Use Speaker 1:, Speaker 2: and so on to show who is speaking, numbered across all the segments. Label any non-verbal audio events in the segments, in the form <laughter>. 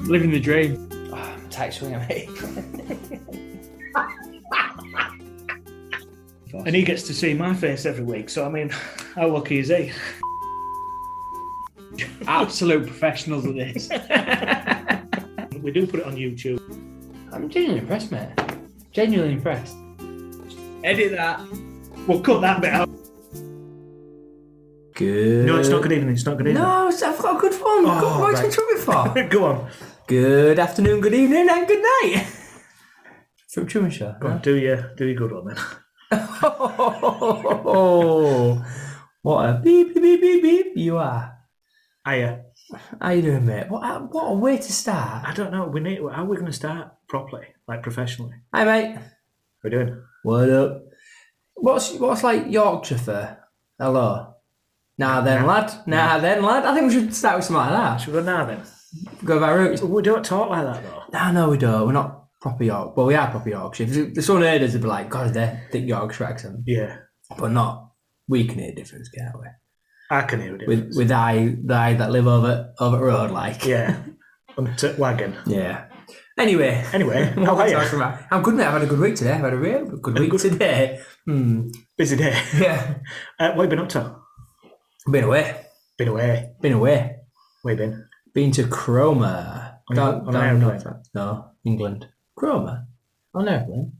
Speaker 1: living the dream.
Speaker 2: Oh, tax winger, mate.
Speaker 1: And he gets to see my face every week. So, I mean, how lucky is he? <laughs> Absolute professionals at this.
Speaker 3: We do put it on YouTube.
Speaker 2: <laughs> I'm genuinely impressed, mate. Genuinely impressed.
Speaker 1: Edit that.
Speaker 3: We'll cut that bit out.
Speaker 4: Good.
Speaker 3: No, it's not good evening. It's not good evening.
Speaker 4: No, it's- I've got a good one.
Speaker 3: Oh,
Speaker 4: God, what's
Speaker 3: right.
Speaker 4: in trouble for?
Speaker 3: <laughs> Go on.
Speaker 4: <laughs> good afternoon, good evening, and good night. <laughs> From Truman Show.
Speaker 3: Go on. Do your do your good one then.
Speaker 4: <laughs>
Speaker 3: <laughs>
Speaker 4: Oh, what a beep beep beep beep beep you are.
Speaker 3: Hiya.
Speaker 4: How you doing, mate? What what a way to start.
Speaker 3: I don't know. We need. How are we going to start properly, like professionally?
Speaker 4: Hi, mate.
Speaker 3: We're doing.
Speaker 4: What up? What's what's like Yorkshire for? Hello. Nah, then, lad. Nah, then, lad. I think we should start with something like that.
Speaker 3: Should we go now then?
Speaker 4: Go by roots.
Speaker 3: We don't talk like that though.
Speaker 4: No, no, we don't. We're not proper York. Well, we are proper Yorkshire. If the son heard us, would be like, God, they're thick Yorkshire accent.
Speaker 3: Yeah,
Speaker 4: But not. We can hear the difference, can't we?
Speaker 3: I can hear it.
Speaker 4: With with I, the I that live over over the road, like.
Speaker 3: yeah, on t- wagon.
Speaker 4: Yeah. Anyway.
Speaker 3: Anyway,
Speaker 4: what
Speaker 3: how
Speaker 4: we're
Speaker 3: are
Speaker 4: <laughs> talking
Speaker 3: you?
Speaker 4: about. I'm good, mate. I've had a good week today. I've had a real <laughs> good week today. Hmm.
Speaker 3: Busy day.
Speaker 4: Yeah.
Speaker 3: Uh, what have you been up to?
Speaker 4: Been away.
Speaker 3: Been away.
Speaker 4: Been away.
Speaker 3: Where you been?
Speaker 4: Been to Cromer.
Speaker 3: On-
Speaker 4: Down-
Speaker 3: on
Speaker 4: down
Speaker 3: an aeroplane?
Speaker 4: north- No, England. Cromer? On airplane?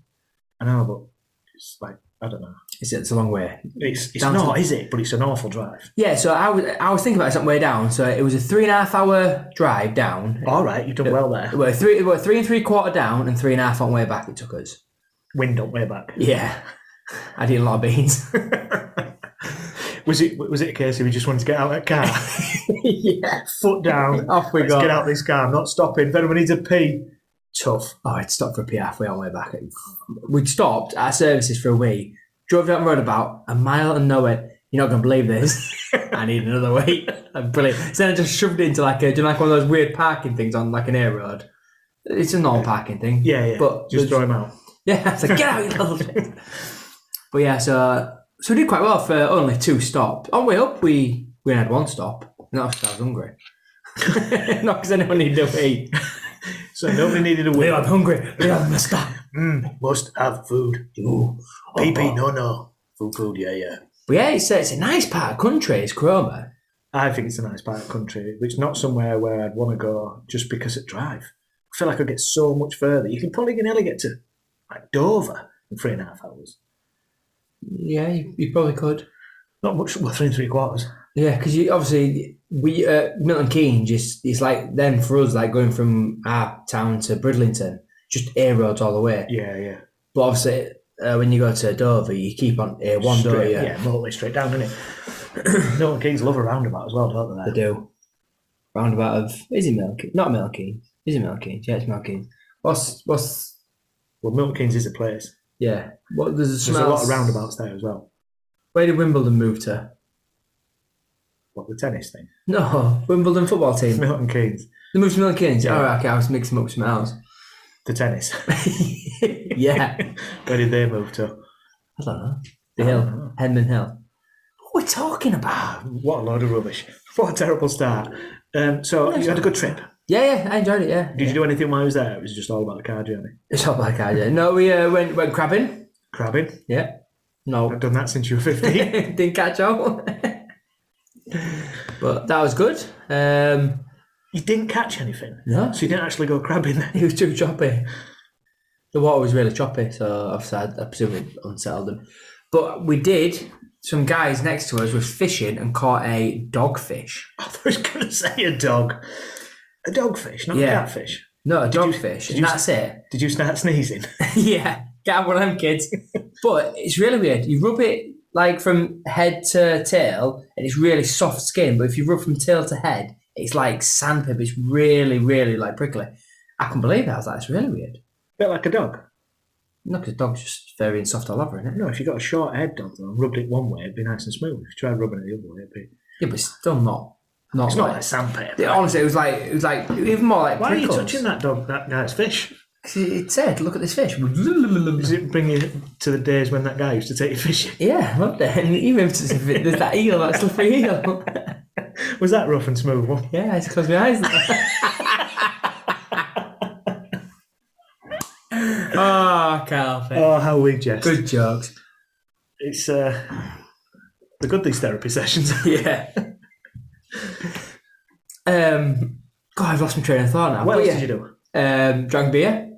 Speaker 3: I know, but it's like I don't know.
Speaker 4: It's, it's a long way.
Speaker 3: It's it's
Speaker 4: Down to-
Speaker 3: not, is it? But it's an awful drive.
Speaker 4: Yeah, so I was I was thinking about something way down. So it was a three and a half hour drive down.
Speaker 3: All right, you've done well there.
Speaker 4: Well, three, well, three and three quarter down and three and a half on way back. It took us.
Speaker 3: Wind up way back.
Speaker 4: Yeah, <laughs> I did a lot of beans. <laughs>
Speaker 3: Was it was it a case of you just wanted to get out of that car, <laughs>
Speaker 4: yeah,
Speaker 3: foot <laughs> down,
Speaker 4: off we
Speaker 3: let's
Speaker 4: go.
Speaker 3: get out of this car, I'm not stopping. If anyone needs a pee, tough.
Speaker 4: Oh, I'd stopped for a pee halfway on the way back. We'd stopped at services for a week, drove down the road about a mile and nowhere. You're not going to believe this. <laughs> I need another wait. Brilliant. So then I just shoved it into like a, do you know, like one of those weird parking things on like an air road. It's a non-parking thing.
Speaker 3: Yeah, yeah.
Speaker 4: But there's-
Speaker 3: just throw him out.
Speaker 4: Yeah, <laughs> I was like, get out, you little shit. But yeah, so so we did quite well for only two stops. On the way up, we we had one stop. Not because I was hungry. <laughs> Not because anyone needed to eat.
Speaker 3: So nobody needed a
Speaker 4: Leo, I'm
Speaker 3: wheel.
Speaker 4: hungry. Leo, I must stop.
Speaker 3: Mm, must have food.
Speaker 4: Ooh.
Speaker 3: Pee pee, no no. Food food, yeah yeah.
Speaker 4: But yeah, it's, it's a nice part of country. It's Cromer.
Speaker 3: I think it's a nice part of the country. It's not somewhere where I'd want to go just because it drive. I feel like I'd get so much further. You can probably can nearly get to like Dover in three and a half hours.
Speaker 4: Yeah, you, you probably could.
Speaker 3: Not much, well, three and three quarters.
Speaker 4: Yeah, because you obviously we uh, Milton Keynes is it's like then for us like going from our town to Bridlington, just air roads all the way.
Speaker 3: Yeah, yeah.
Speaker 4: But obviously, uh, when you go to Dover, you keep on air one, don't
Speaker 3: straight,
Speaker 4: you?
Speaker 3: yeah, motorway straight down, isn't it? <clears throat> Milton Keynes love a roundabout as well, don't
Speaker 4: They
Speaker 3: they?
Speaker 4: do. Roundabout of is it Milton? Keynes? Not Milton Keynes. Is it Milton Keynes? Yeah, it's Milton Keynes. What's what's
Speaker 3: Well, Milton Keynes is a place.
Speaker 4: yeah? What there's a,
Speaker 3: There's a lot
Speaker 4: smells-
Speaker 3: of roundabouts there as well.
Speaker 4: Where did Wimbledon move to?
Speaker 3: What the tennis thing?
Speaker 4: No, Wimbledon football team.
Speaker 3: Milton Keynes,
Speaker 4: The most Milton Keynes.
Speaker 3: Yeah.
Speaker 4: Oh, okay, I was mixing up with something
Speaker 3: <laughs>
Speaker 4: else.
Speaker 3: the tennis. <laughs>
Speaker 4: yeah.
Speaker 3: Where did they move to?
Speaker 4: I don't know. The
Speaker 3: I
Speaker 4: hill.
Speaker 3: don't know.
Speaker 4: Henman Hill. What are we talking about?
Speaker 3: What a load of rubbish! <laughs> What a terrible start. Um, so you had a good trip.
Speaker 4: Yeah, yeah, I enjoyed it, yeah.
Speaker 3: Did you do anything while I was there? It was just all about the car journey.
Speaker 4: It's not like I did. No, we uh, went, went crabbing.
Speaker 3: Crabbing.
Speaker 4: Yeah. No.
Speaker 3: I've done that since you
Speaker 4: <laughs>
Speaker 3: were 15.
Speaker 4: Didn't catch out. <laughs> but that was good. Um,
Speaker 3: you didn't catch anything.
Speaker 4: no,
Speaker 3: So you didn't actually go crabbing then. <laughs>
Speaker 4: it was too choppy. The water was really choppy, so obviously I, I presume it unsettled them. But we did. Some guys next to us were fishing and caught a dogfish.
Speaker 3: I thought I was going to say a dog. A dogfish, not
Speaker 4: Yeah.
Speaker 3: a catfish.
Speaker 4: No, a dogfish,
Speaker 3: did
Speaker 4: and
Speaker 3: you-
Speaker 4: that's it.
Speaker 3: <laughs> Did you start sneezing? <laughs>
Speaker 4: yeah, get one of them kids. but it's really weird. You rub it like from head to tail, and it's really soft skin. But if you rub from tail to head, it's like sandpaper. It's really, really like prickly. I can believe that. I was like, it's really weird.
Speaker 3: bit like a dog.
Speaker 4: No, because dog's just furry and soft all over, isn't it?
Speaker 3: No, if you got a short head dog though, and rubbed it one way, it'd be nice and smooth. If you tried rubbing it the other way, it'd be.
Speaker 4: Yeah, but it's still not. Not
Speaker 3: It's not
Speaker 4: like-
Speaker 3: like sandpaper.
Speaker 4: Yeah, honestly, it was like it was like even more like.
Speaker 3: Why are you
Speaker 4: prickles.
Speaker 3: touching that dog, that guy's fish?
Speaker 4: 'Cause It it said, "Look at this fish." <laughs>
Speaker 3: Does it bring you to the days when that guy used to take you <laughs> fishing?
Speaker 4: Yeah, loved it. And even if it's- if it- there's that eel, that slippery eel.
Speaker 3: Was that rough and smooth one?
Speaker 4: <laughs> Yeah, I just closed my eyes. Oh, Carl.
Speaker 3: Oh, how we jest.
Speaker 4: Good jokes.
Speaker 3: It's uh, they're good these therapy sessions.
Speaker 4: Yeah. um, God, I've lost my train of thought now.
Speaker 3: what
Speaker 4: But
Speaker 3: else
Speaker 4: yeah.
Speaker 3: did you do?
Speaker 4: Um, drank beer.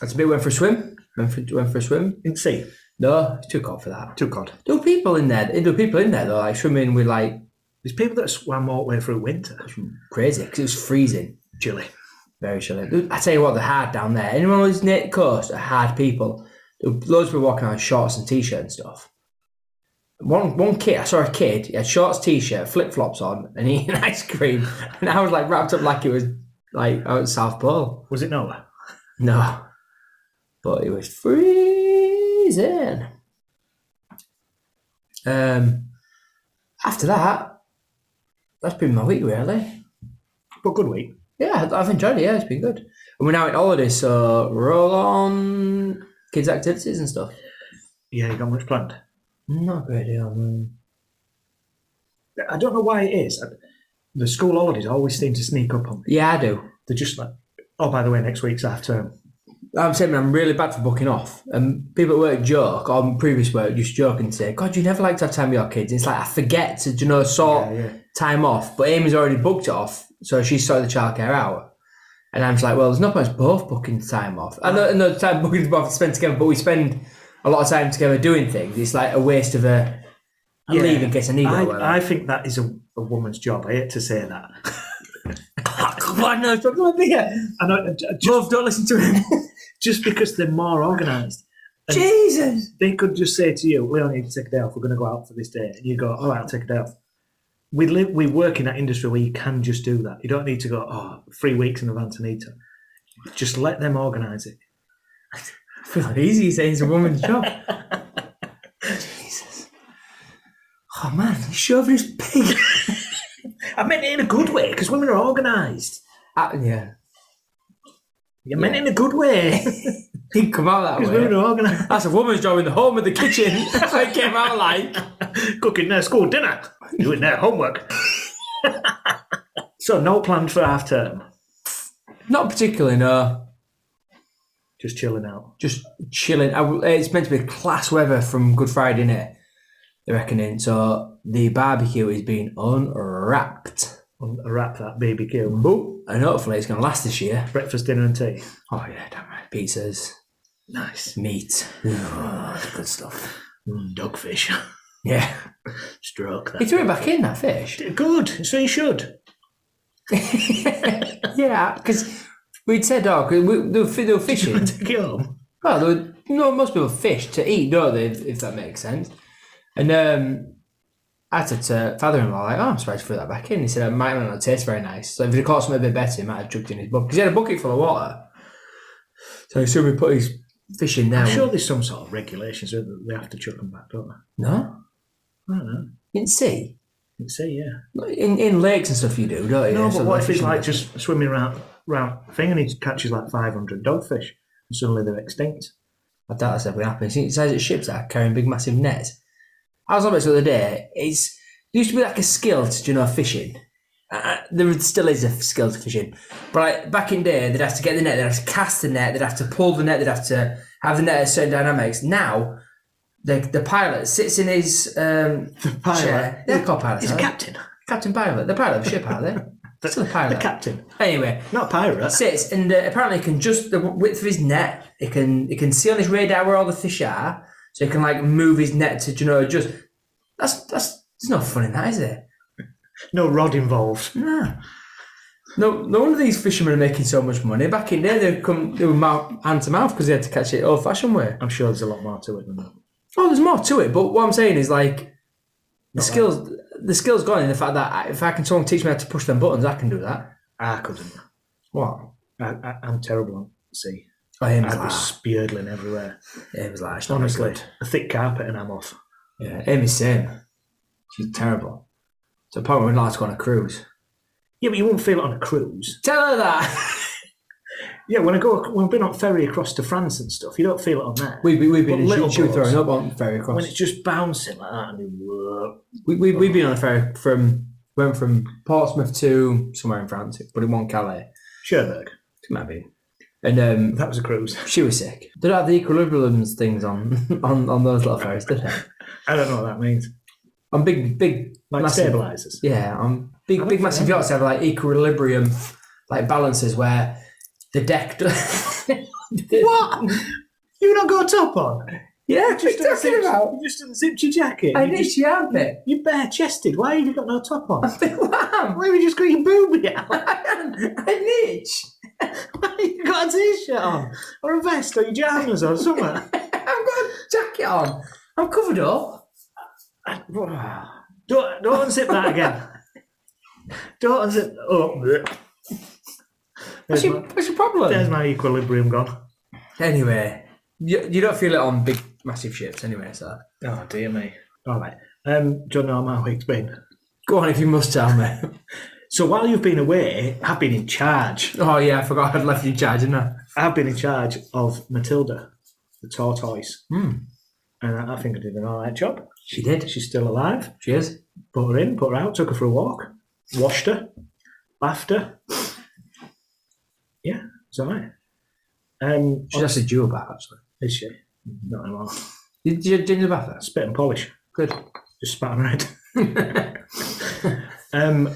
Speaker 4: That's a bit. Went for a swim. Went for went for a swim.
Speaker 3: In sea,
Speaker 4: No, it's too cold for that.
Speaker 3: too cold.
Speaker 4: There were people in there. There were people in there though, like swimming with like
Speaker 3: There's people that swam all the way through winter.
Speaker 4: crazy because it was freezing.
Speaker 3: Chilly.
Speaker 4: Very chilly. I tell you what, they're hard down there. Anyone who's near the coast are hard people. There were loads of people walking around in shorts and t-shirt and stuff. One one kid, I saw a kid. He had shorts, t-shirt, flip flops on, and <laughs> eating ice cream. And I was like wrapped up like it was like out at South Pole.
Speaker 3: Was it Noah?
Speaker 4: No. But it was freezing. Um, after that, that's been my week really.
Speaker 3: But good week.
Speaker 4: Yeah, I've enjoyed it. Yeah, it's been good. And we're now at holidays, so roll on kids' activities and stuff.
Speaker 3: Yeah, you got much planned.
Speaker 4: Not a great deal. no.
Speaker 3: I don't know why it is. The school holidays always seem to sneak up on me.
Speaker 4: Yeah, I do.
Speaker 3: They're just like, oh, by the way, next week's half term.
Speaker 4: I'm saying I'm really bad for booking off. And people at work joke on previous work used to joke and say, God, you never like to have time with your kids. it's like I forget to, you know, sort
Speaker 3: Yeah, yeah.
Speaker 4: time off. But Amy's already booked it off, so she sorted the childcare out. And I'm just like, well, there's not much both booking the time off. I know, I know the time <laughs> booking the both spend together, but we spend a lot of time together doing things. It's like a waste of a I
Speaker 3: Yeah.
Speaker 4: leave in case I need it. or whatever. <laughs>
Speaker 3: I, I think that is a, a woman's job. I hate to say that.
Speaker 4: Oh, Come on, no, it's not my beer.
Speaker 3: And I, j- j-
Speaker 4: Love, don't listen to
Speaker 3: <laughs>
Speaker 4: him.
Speaker 3: just because they're more organised,
Speaker 4: Jesus.
Speaker 3: they could just say to you, Leon, you need to take a day off. We're going to go out for this day. And you go, all right, I'll take a day off. We live, we work in that industry where you can just do that. You don't need to go, oh, three weeks in advance, I need to. Just let them organise it.
Speaker 4: I feel easy saying it's a woman's job.
Speaker 3: <laughs>
Speaker 4: Jesus. Oh man, he's shoving his pig. <laughs>
Speaker 3: I meant it in a good way because women are organised.
Speaker 4: Ah, yeah.
Speaker 3: You meant it in a good way <laughs>
Speaker 4: He'd come out that
Speaker 3: because
Speaker 4: way.
Speaker 3: women are organised.
Speaker 4: That's a woman's job in the home of the kitchen. <laughs> That's what it came out like.
Speaker 3: Cooking their school dinner, doing their homework. so no plans for half term.
Speaker 4: Not particularly, no.
Speaker 3: Just chilling out.
Speaker 4: Just chilling. I w it's meant to be class weather from Good Friday, innit? They're reckoning. So the barbecue is being unwrapped.
Speaker 3: Unwrap that baby kill.
Speaker 4: Ooh, and hopefully it's going to last this year.
Speaker 3: Breakfast, dinner, and tea.
Speaker 4: Oh, yeah, damn right. Pizzas,
Speaker 3: Nice.
Speaker 4: meat. <sighs> Ugh, good stuff.
Speaker 3: Mm, dogfish. <laughs>
Speaker 4: Yeah.
Speaker 3: Stroke
Speaker 4: He
Speaker 3: that.
Speaker 4: threw it back in, that fish. <laughs>
Speaker 3: Good. So you should.
Speaker 4: yeah, because we'd said, oh, 'cause we, they, were, fi- they were fishing.
Speaker 3: Take it home.
Speaker 4: Well, there were, no, most people fish to eat, don't they? If, if that makes sense. And um, I said to father-in-law, like, "Oh, I'm surprised you threw that back in." He said, "It might not taste very nice." So if he'd have caught something a bit better, he might have chucked it in his bucket because he had a bucket full of water. So he assumed he put his fish in there.
Speaker 3: I'm sure there's some sort of regulations that they have to chuck them back, don't they?
Speaker 4: No,
Speaker 3: I don't know.
Speaker 4: you can see
Speaker 3: You'd say, yeah.
Speaker 4: in in lakes and stuff you do, don't you?
Speaker 3: No,
Speaker 4: So
Speaker 3: but what if
Speaker 4: fish
Speaker 3: he's
Speaker 4: in
Speaker 3: like
Speaker 4: there.
Speaker 3: just swimming around, around thing and he catches like 500 dogfish and suddenly they're extinct?
Speaker 4: I doubt that's ever happened. It says that ships are carrying big, massive nets. I was on this the other day. It's it used to be like a skill to do you know fishing. Uh, there still is a skill to fishing, but like, back in day, they'd have to get the net, they'd have to cast the net, they'd have to pull the net, they'd have to have the net at certain dynamics. Now, the the pilot sits in his um, chair. They're called pilots.
Speaker 3: He's a
Speaker 4: aren't they?
Speaker 3: captain.
Speaker 4: captain pilot. The pilot of the ship, are they? still a
Speaker 3: <laughs> The
Speaker 4: pilot.
Speaker 3: captain.
Speaker 4: anyway,
Speaker 3: Not a pirate.
Speaker 4: sits and uh, apparently can just the width of his net. He can he can see on his radar where all the fish are, so he can like move his net to you know just. That's that's there's no fun in that, is there?
Speaker 3: No rod involved.
Speaker 4: Nah. No, no wonder these fishermen are making so much money. Back in there, they come they were mouth, hand to mouth because they had to catch it old fashioned way.
Speaker 3: I'm sure there's a lot more to it than that.
Speaker 4: Oh, there's more to it, but what I'm saying is like the skills. The skill's gone in the fact that I, if I can someone teach me how to push them buttons, I can do that.
Speaker 3: I couldn't.
Speaker 4: What?
Speaker 3: I, I, I'm terrible at sea.
Speaker 4: Oh, Ames
Speaker 3: I'd be
Speaker 4: like,
Speaker 3: spirdling everywhere.
Speaker 4: Ames like, it's not very
Speaker 3: Honestly,
Speaker 4: good.
Speaker 3: a thick carpet and I'm off.
Speaker 4: Yeah, Amy's same. She's terrible. So apparently we're not allowed to go on a cruise.
Speaker 3: Yeah, but you won't feel it on a cruise.
Speaker 4: Tell her that. <laughs>
Speaker 3: Yeah, when I go, when I've been on ferry across to France and stuff, you don't feel it on there.
Speaker 4: We've been, we've
Speaker 3: But
Speaker 4: been in-
Speaker 3: little
Speaker 4: she, she was
Speaker 3: boats.
Speaker 4: throwing up on ferry
Speaker 3: when
Speaker 4: across.
Speaker 3: it's just bouncing like that, and you, whoa.
Speaker 4: We, we, we've been on a ferry from went from Portsmouth to somewhere in France, but it wasn't Calais.
Speaker 3: Cherbourg.
Speaker 4: It might be. And um,
Speaker 3: That was a cruise.
Speaker 4: she was sick. They don't have the equilibriums things on <laughs> on, on those little ferries, did they?
Speaker 3: I don't know what that means.
Speaker 4: On big big
Speaker 3: Like
Speaker 4: massive-
Speaker 3: stabilizers.
Speaker 4: Yeah, on
Speaker 2: I
Speaker 4: big
Speaker 2: don't
Speaker 4: big
Speaker 2: think
Speaker 4: massive
Speaker 2: they-
Speaker 4: yachts have like equilibrium like balances where the deck. <laughs> do-
Speaker 3: What? You not got a top on?
Speaker 4: Yeah, what are you talking
Speaker 3: unzipped-
Speaker 4: about.
Speaker 3: You just unzipped your jacket.
Speaker 4: I
Speaker 3: you
Speaker 4: need your armpit.
Speaker 3: you're bare chested. Why have you got no top on?
Speaker 4: <laughs> Wow.
Speaker 3: Why have you just got your boobie out?
Speaker 4: I niche.
Speaker 3: Why have <laughs> you got a t-shirt on? Or a vest or your jammies or something?
Speaker 4: I've got a jacket on. I'm covered up.
Speaker 3: <laughs> Don't don't unzip that again. Don't unzip. Oh, bleh.
Speaker 4: What's
Speaker 3: there's,
Speaker 4: your,
Speaker 3: my,
Speaker 4: what's your problem?
Speaker 3: there's my equilibrium gone.
Speaker 4: Anyway, you, you don't feel it on big, massive ships anyway, so.
Speaker 3: Oh dear me. All right. Um, do you know how my week's been?
Speaker 4: Go on if you must tell me. <laughs>
Speaker 3: So while you've been away, I've been in charge.
Speaker 4: oh, yeah, I forgot I'd left you charging that.
Speaker 3: I've been in charge of Matilda, the tortoise,
Speaker 4: Hmm.
Speaker 3: and I, I think I did an all right job.
Speaker 4: She did.
Speaker 3: She's still alive.
Speaker 4: Cheers.
Speaker 3: Put her in, put her out, took her for a walk, washed her, bathed her. Yeah, it's all right. Um,
Speaker 4: She's actually due a bath, actually.
Speaker 3: Is she? Not anymore.
Speaker 4: Did you do the bath first?
Speaker 3: Spit and polish.
Speaker 4: Good.
Speaker 3: Just spat on her head. <laughs> um,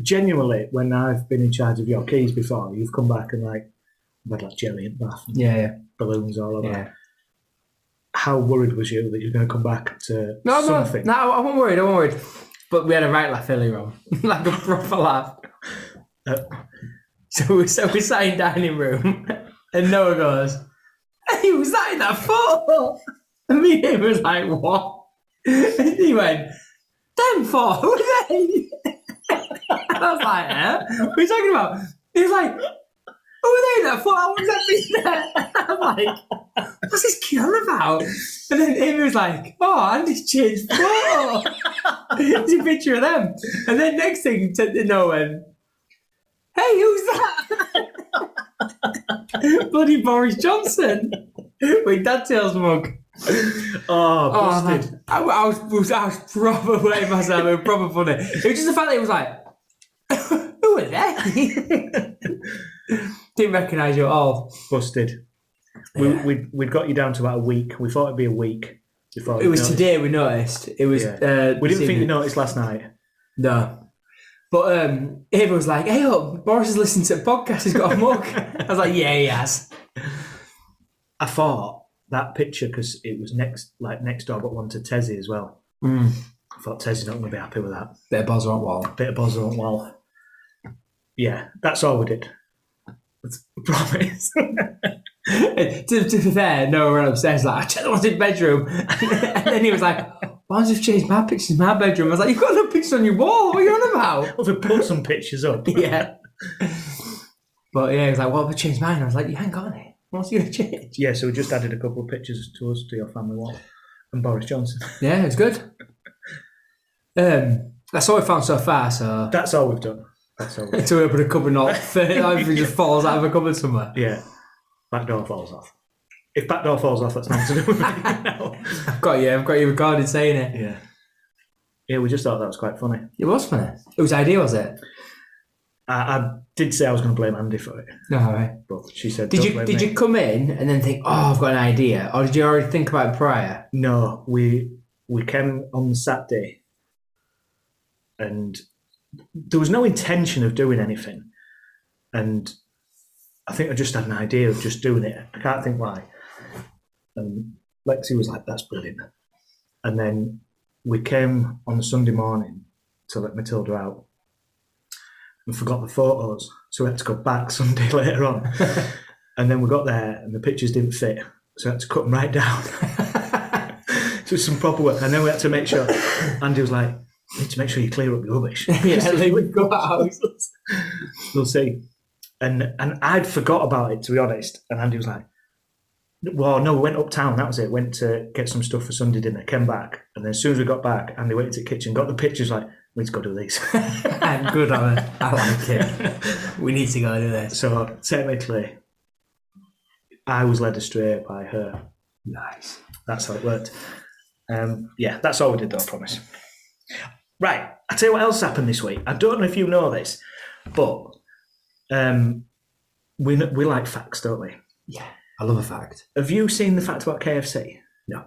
Speaker 3: genuinely, when I've been in charge of your keys before, you've come back and like, I've had like jelly and bath and
Speaker 4: Yeah, yeah,
Speaker 3: balloons all over.
Speaker 4: yeah.
Speaker 3: How worried was you that you're going to come back to
Speaker 4: No, I'm not,
Speaker 3: something?
Speaker 4: no, I wasn't worried, I wasn't worried. But we had a right laugh earlier on, <laughs> like a proper laugh.
Speaker 3: Uh,
Speaker 4: <laughs> So we, so we sat in dining room, <laughs> and Noah goes, "Hey, was that in that photo?" <laughs> And me and him was like, "What?" <laughs> And he went, "Them <laughs> four, who are they?" and I was like, "Eh, what are you talking about?" He's like, "Who are they? That four? How long's that been there?" <laughs> I'm like, "What's this kid on about?" And then Amy was like, "Oh, Andy's changed photo."
Speaker 3: <laughs>
Speaker 4: It's a picture of them. And then next thing, to, to Noah, um, Hey, who's that? <laughs> Bloody Boris Johnson. With that tails mug.
Speaker 3: Oh,
Speaker 4: Oh,
Speaker 3: busted.
Speaker 4: man. I, I was, was- I was proper way myself. It was proper funny. It was just the fact that it was like, <laughs> who are
Speaker 3: <laughs>
Speaker 4: they? Didn't recognise you at all.
Speaker 3: busted. We, we'd, we'd got you down to about a week. We thought it'd be a week before
Speaker 4: It
Speaker 3: we
Speaker 4: was
Speaker 3: noticed.
Speaker 4: today we noticed. It was.
Speaker 3: Yeah.
Speaker 4: Uh,
Speaker 3: We didn't
Speaker 4: this
Speaker 3: think you
Speaker 4: evening.
Speaker 3: noticed last night.
Speaker 4: No. But um, Ava was like, hey, look, Boris has listened to a podcast. He's got a mug. I was like, yeah, he has.
Speaker 3: I thought that picture because it was next, like next door, but one to Tezzy as well.
Speaker 4: Mm.
Speaker 3: I thought Tezzy's not going to be happy with that.
Speaker 4: Bit of buzz on wall.
Speaker 3: Bit of buzz on well. Yeah, that's all we did. That's- promise.
Speaker 4: <laughs> to, to be fair, Noah ran upstairs like, I checked the ones in bedroom. <laughs> and then he was like, why don't you change my pictures in my bedroom? I was like, you've got no pictures on your wall. What are you on
Speaker 3: <laughs>
Speaker 4: about?
Speaker 3: well, we put some
Speaker 4: <laughs>
Speaker 3: pictures up.
Speaker 4: yeah. But yeah, he was like, well, I've changed mine. I was like, you ain't got it. What's you going to change?
Speaker 3: Yeah, so we just added a couple of pictures to us, to your family wall, and Boris Johnson. <laughs>
Speaker 4: Yeah, it's good. Um, That's all we found so far, so...
Speaker 3: That's all we've done. That's all. We've done.
Speaker 4: Until we open a cupboard and <laughs> all, everything just falls out of a cupboard somewhere.
Speaker 3: Yeah, back door falls off. If back door falls off, that's not to do with me. <laughs> now.
Speaker 4: I've got you, I've got you recorded saying it.
Speaker 3: Yeah. Yeah, we just thought that was quite funny.
Speaker 4: It was funny. It was ideal, was it?
Speaker 3: I, I did say I was going to blame Andy for it,
Speaker 4: All right.
Speaker 3: but she said,
Speaker 4: Did
Speaker 3: "Don't
Speaker 4: you
Speaker 3: blame
Speaker 4: did
Speaker 3: me."
Speaker 4: you come in and then think, oh, I've got an idea, or did you already think about it prior?
Speaker 3: No, we we came on Saturday, and there was no intention of doing anything, and I think I just had an idea of just doing it. I can't think why. And Lexi was like, "That's brilliant," and then we came on Sunday morning to let Matilda out, and forgot the photos, so we had to go back <laughs> Sunday later on, and then we got there and the pictures didn't fit, so we had to cut them right down. <laughs> So some proper work. And then we had to make sure. Andy was like, "You need to make sure you clear up your rubbish.
Speaker 4: <laughs> <laughs> yeah, leave it go out.
Speaker 3: we'll see. And and I'd forgot about it to be honest. And Andy was like, well, no, we went uptown. That was it. Went to get some stuff for Sunday dinner. Came back, and then as soon as we got back, Andy went into the kitchen, got the pictures. Like, we need to go do these. <laughs>
Speaker 4: I'm good on it. I like it. We need to go do this.
Speaker 3: so technically, I was led astray by her.
Speaker 4: Nice.
Speaker 3: That's how it worked. Um, yeah, that's all we did though, I promise. Right, I'll tell you what else happened this week. I don't know if you know this, but um, we kn- we like facts, don't we?
Speaker 4: I love a fact.
Speaker 3: Have you seen the fact about KFC?
Speaker 4: No.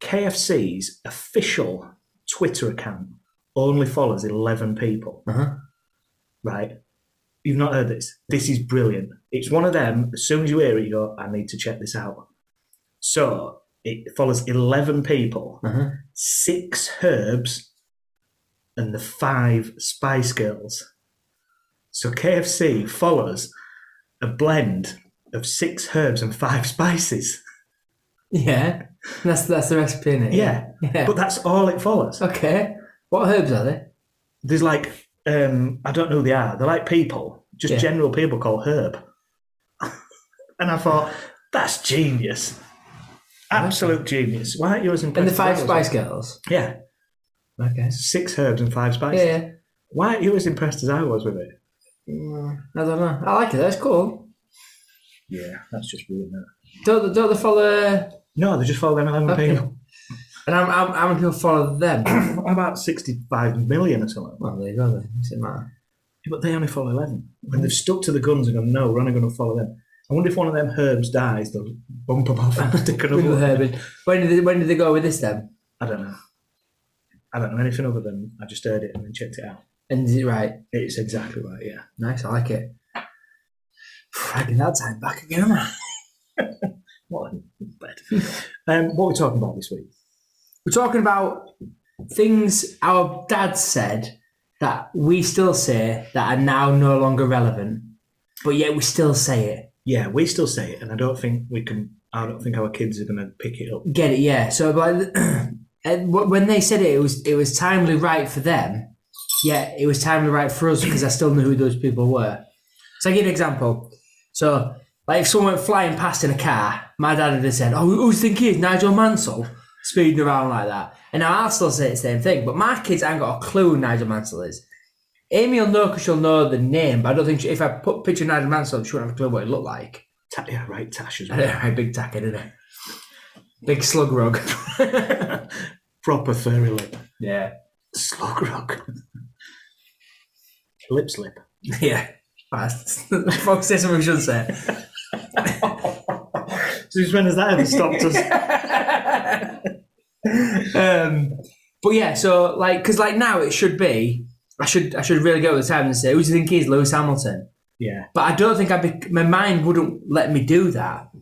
Speaker 3: KFC's official Twitter account only follows 11 people,
Speaker 4: Uh-huh.
Speaker 3: right? You've not heard this. This is brilliant. It's one of them, as soon as you hear it, you go, I need to check this out. So it follows 11 people,
Speaker 4: Uh-huh.
Speaker 3: six herbs, and the five Spice Girls. So KFC follows a blend of six herbs and five <laughs> spices.
Speaker 4: Yeah. That's that's the recipe in it.
Speaker 3: Yeah,
Speaker 4: Yeah.
Speaker 3: but that's all it follows.
Speaker 4: okay. What herbs are they?
Speaker 3: There's like, um, I don't know who they are. They're like people, just
Speaker 4: Yeah.
Speaker 3: general people called Herb. <laughs> and I thought, that's genius. Absolute genius. Why aren't yours
Speaker 4: And
Speaker 3: impressed?
Speaker 4: the five
Speaker 3: with that?
Speaker 4: Spice Girls.
Speaker 3: Yeah,
Speaker 4: Okay.
Speaker 3: six herbs and five spices.
Speaker 4: Yeah. yeah.
Speaker 3: Why aren't you as impressed as I was with it?
Speaker 4: Mm, I don't know. I like it. That's cool.
Speaker 3: Yeah, that's just weird. isn't it?
Speaker 4: Don't don't they follow?
Speaker 3: No, they just follow them 11
Speaker 4: Okay.
Speaker 3: people. <clears throat>
Speaker 4: And how, how, how many people follow them? <coughs>
Speaker 3: About 65 million or something.
Speaker 4: well, there you go. Then. Does it matter?
Speaker 3: But they only follow 11. When they've stuck to the guns and gone, no, we're only going to follow them. I wonder if one of them herbs dies, they'll bump them off <laughs> and stick another
Speaker 4: Google
Speaker 3: one.
Speaker 4: herb in. When did they, when did they go with this then?
Speaker 3: I don't know. I don't know anything other than I just heard it and then checked it out.
Speaker 4: And is it right?
Speaker 3: It's exactly right, yeah.
Speaker 4: Nice. I like it. I get that time back again, am I?
Speaker 3: What a bed. um, what are we talking about this week?
Speaker 4: We're talking about things our dad said that we still say that are now no longer relevant, but yet we still say it.
Speaker 3: Yeah, we still say it, and I don't think we can. I don't think our kids are going to pick it up.
Speaker 4: Get it? Yeah. So, but <clears throat> and wh- when they said it, it was it was timely right for them. Yet it was timely right for us because I still knew who those people were. So I give you an example. So, like if someone went flying past in a car, my dad would have said, "Oh, who- who's think he is? Nigel Mansell speeding around like that." And now I'll still say the same thing, but my kids ain't got a clue who Nigel Mansell is. Amy will know because she'll know the name, but I don't think she, if I put picture of Nigel Mansell, she wouldn't have a clue what he looked like.
Speaker 3: Ta- yeah, right, Tash as well.
Speaker 4: Right, big tacker, didn't it? Big slug
Speaker 3: <laughs>
Speaker 4: rug.
Speaker 3: Proper furry lip.
Speaker 4: yeah.
Speaker 3: Slug rock. <laughs> lip slip.
Speaker 4: Yeah. Fast. <laughs> Folks, that's what we should say.
Speaker 3: Since when has that ever stopped us?
Speaker 4: um, but yeah, so like, because like now it should be, I should I should really go to the time and say, who do you think he is Lewis Hamilton?
Speaker 3: <laughs> yeah.
Speaker 4: But I don't think I'd be, my mind wouldn't let me do that. Do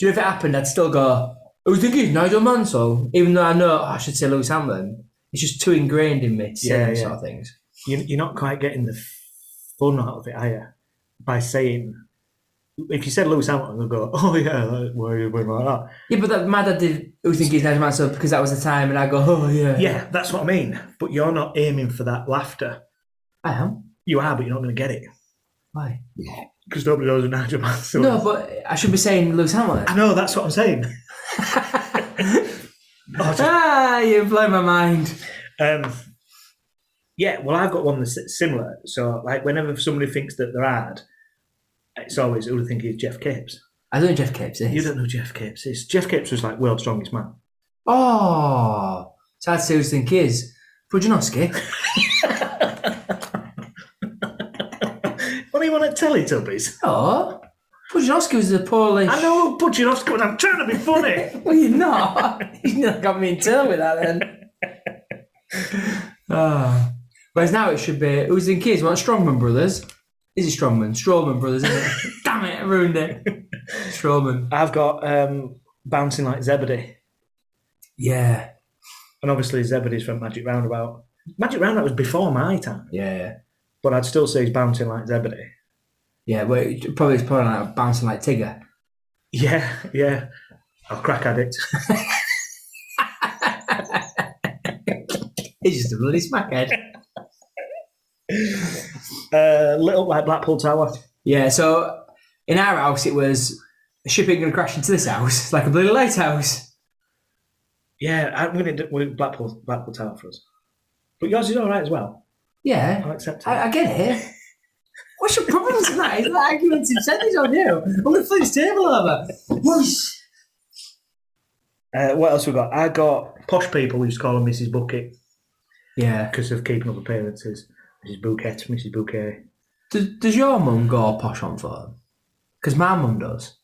Speaker 4: you know if it happened, I'd still go, who do you think he is Nigel Mansell? Even though I know I should say Lewis Hamilton. It's just too ingrained in me to say
Speaker 3: Yeah,
Speaker 4: those
Speaker 3: yeah.
Speaker 4: sort of things.
Speaker 3: You, you're not quite getting the fun out of it, are you? By saying, if you said Lewis Hamilton, they'll go, oh yeah, where you going like that?
Speaker 4: Yeah, but that, my dad did who think he's Nigel Mansell because that was the time, and I go, oh yeah,
Speaker 3: Yeah, that's what I mean. But you're not aiming for that laughter.
Speaker 4: I am.
Speaker 3: You are, but you're not going to get it
Speaker 4: Why?
Speaker 3: because nobody knows who Nigel Mansell. is.
Speaker 4: No, but I should be saying Lewis Hamilton.
Speaker 3: I know. That's what I'm saying. <laughs> Oh, just-
Speaker 4: ah, you blow my mind.
Speaker 3: um, yeah. Well, I've got one that's similar. So, like, whenever somebody thinks that they're hard, it's always who do you think is Jeff Capes?
Speaker 4: I don't know who Jeff Capes
Speaker 3: You
Speaker 4: is.
Speaker 3: don't know who Jeff Capes is. Jeff Capes was like world's strongest man.
Speaker 4: Oh, so I'd say who do you think he is Brudjanowski.
Speaker 3: What do you want at Teletubbies?
Speaker 4: Oh, Brudjanowski was the Polish.
Speaker 3: I know Butchinov's coming. I'm trying to be funny.
Speaker 4: Well, you're not. <laughs> you not got me in turn with that then. <laughs> Ah. Whereas now it should be who's in kids? Well, Strongman Brothers. Is it Strongman? Strawman Brothers, isn't it? <laughs> Damn it, I ruined it. Strawman.
Speaker 3: I've got um, bouncing like Zebedee.
Speaker 4: Yeah.
Speaker 3: And obviously Zebedee's from Magic Roundabout. Magic Roundabout was before my time,
Speaker 4: Yeah, yeah.
Speaker 3: but I'd still say he's bouncing like Zebedee.
Speaker 4: Yeah, well, it- probably it's probably like bouncing like Tigger.
Speaker 3: Yeah, yeah. A crack addict.
Speaker 4: He's just a bloody smackhead.
Speaker 3: Uh, lit up like Blackpool Tower.
Speaker 4: Yeah, so in our house it was a ship ain't gonna crash into this house. <laughs> It's like a bloody lighthouse.
Speaker 3: Yeah, I'm going to do Blackpool, Blackpool Tower for us. But yours is all right as well.
Speaker 4: Yeah.
Speaker 3: I'll accept it.
Speaker 4: I, I get it. What's your problem with that? Is that argumentative sentence on you? I'm going to flip this table over. Whoosh.
Speaker 3: Uh, what else we got? I got posh people used to call her Mrs. Bucket
Speaker 4: Yeah.
Speaker 3: because of keeping up appearances. Mrs. Bouquet, Mrs. Bouquet.
Speaker 4: Does, does your mum go posh on phone? because my mum does.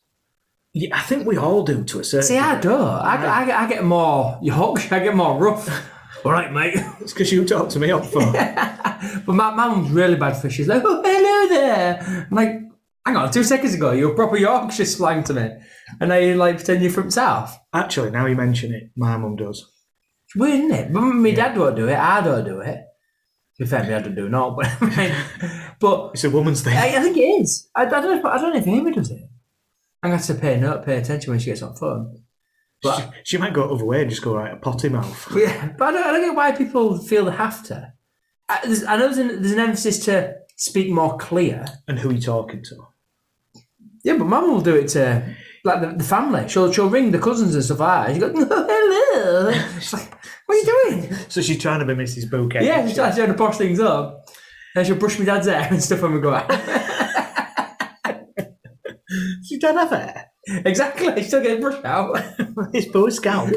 Speaker 3: Yeah, I think we all do to a certain.
Speaker 4: See, I don't. I, I, I get more yuck. I get more rough. All right, mate.
Speaker 3: <laughs> It's because you talked to me up for.
Speaker 4: <laughs> But my, my mum's really bad for. it. She's like, oh, hello there. I'm like, hang on, two seconds ago, you were proper Yorkshire slang to me, and now you like pretend you're from south.
Speaker 3: Actually, now you mention it, my mum does.
Speaker 4: It's weird, isn't it? But my dad won't do it. I don't do it. To be fair, my dad don't do it. No, but <laughs> I mean, but
Speaker 3: It's a woman's thing.
Speaker 4: I, I think it is. I, I don't. Know, I don't know if Amy does it. I'm gonna have to pay no pay attention when she gets on phone.
Speaker 3: She, she might go other way and just go right a potty mouth.
Speaker 4: But yeah, but I don't, I don't get why people feel they have to. I, there's, I know there's an, there's an emphasis to speak more clear.
Speaker 3: And who you talking to?
Speaker 4: Yeah, but mum will do it to like the, the family. She'll she'll ring the cousins and stuff like <laughs> that. She goes, hello. It's like, what are you doing?
Speaker 3: So she's trying to be Mrs. Bouquet.
Speaker 4: Yeah, she's trying to brush things up. And she'll brush my dad's hair and stuff when we go out. <laughs>
Speaker 3: she don't have hair. <laughs>
Speaker 4: exactly. She still gets brushed out. <laughs>
Speaker 3: It's Boy Scout.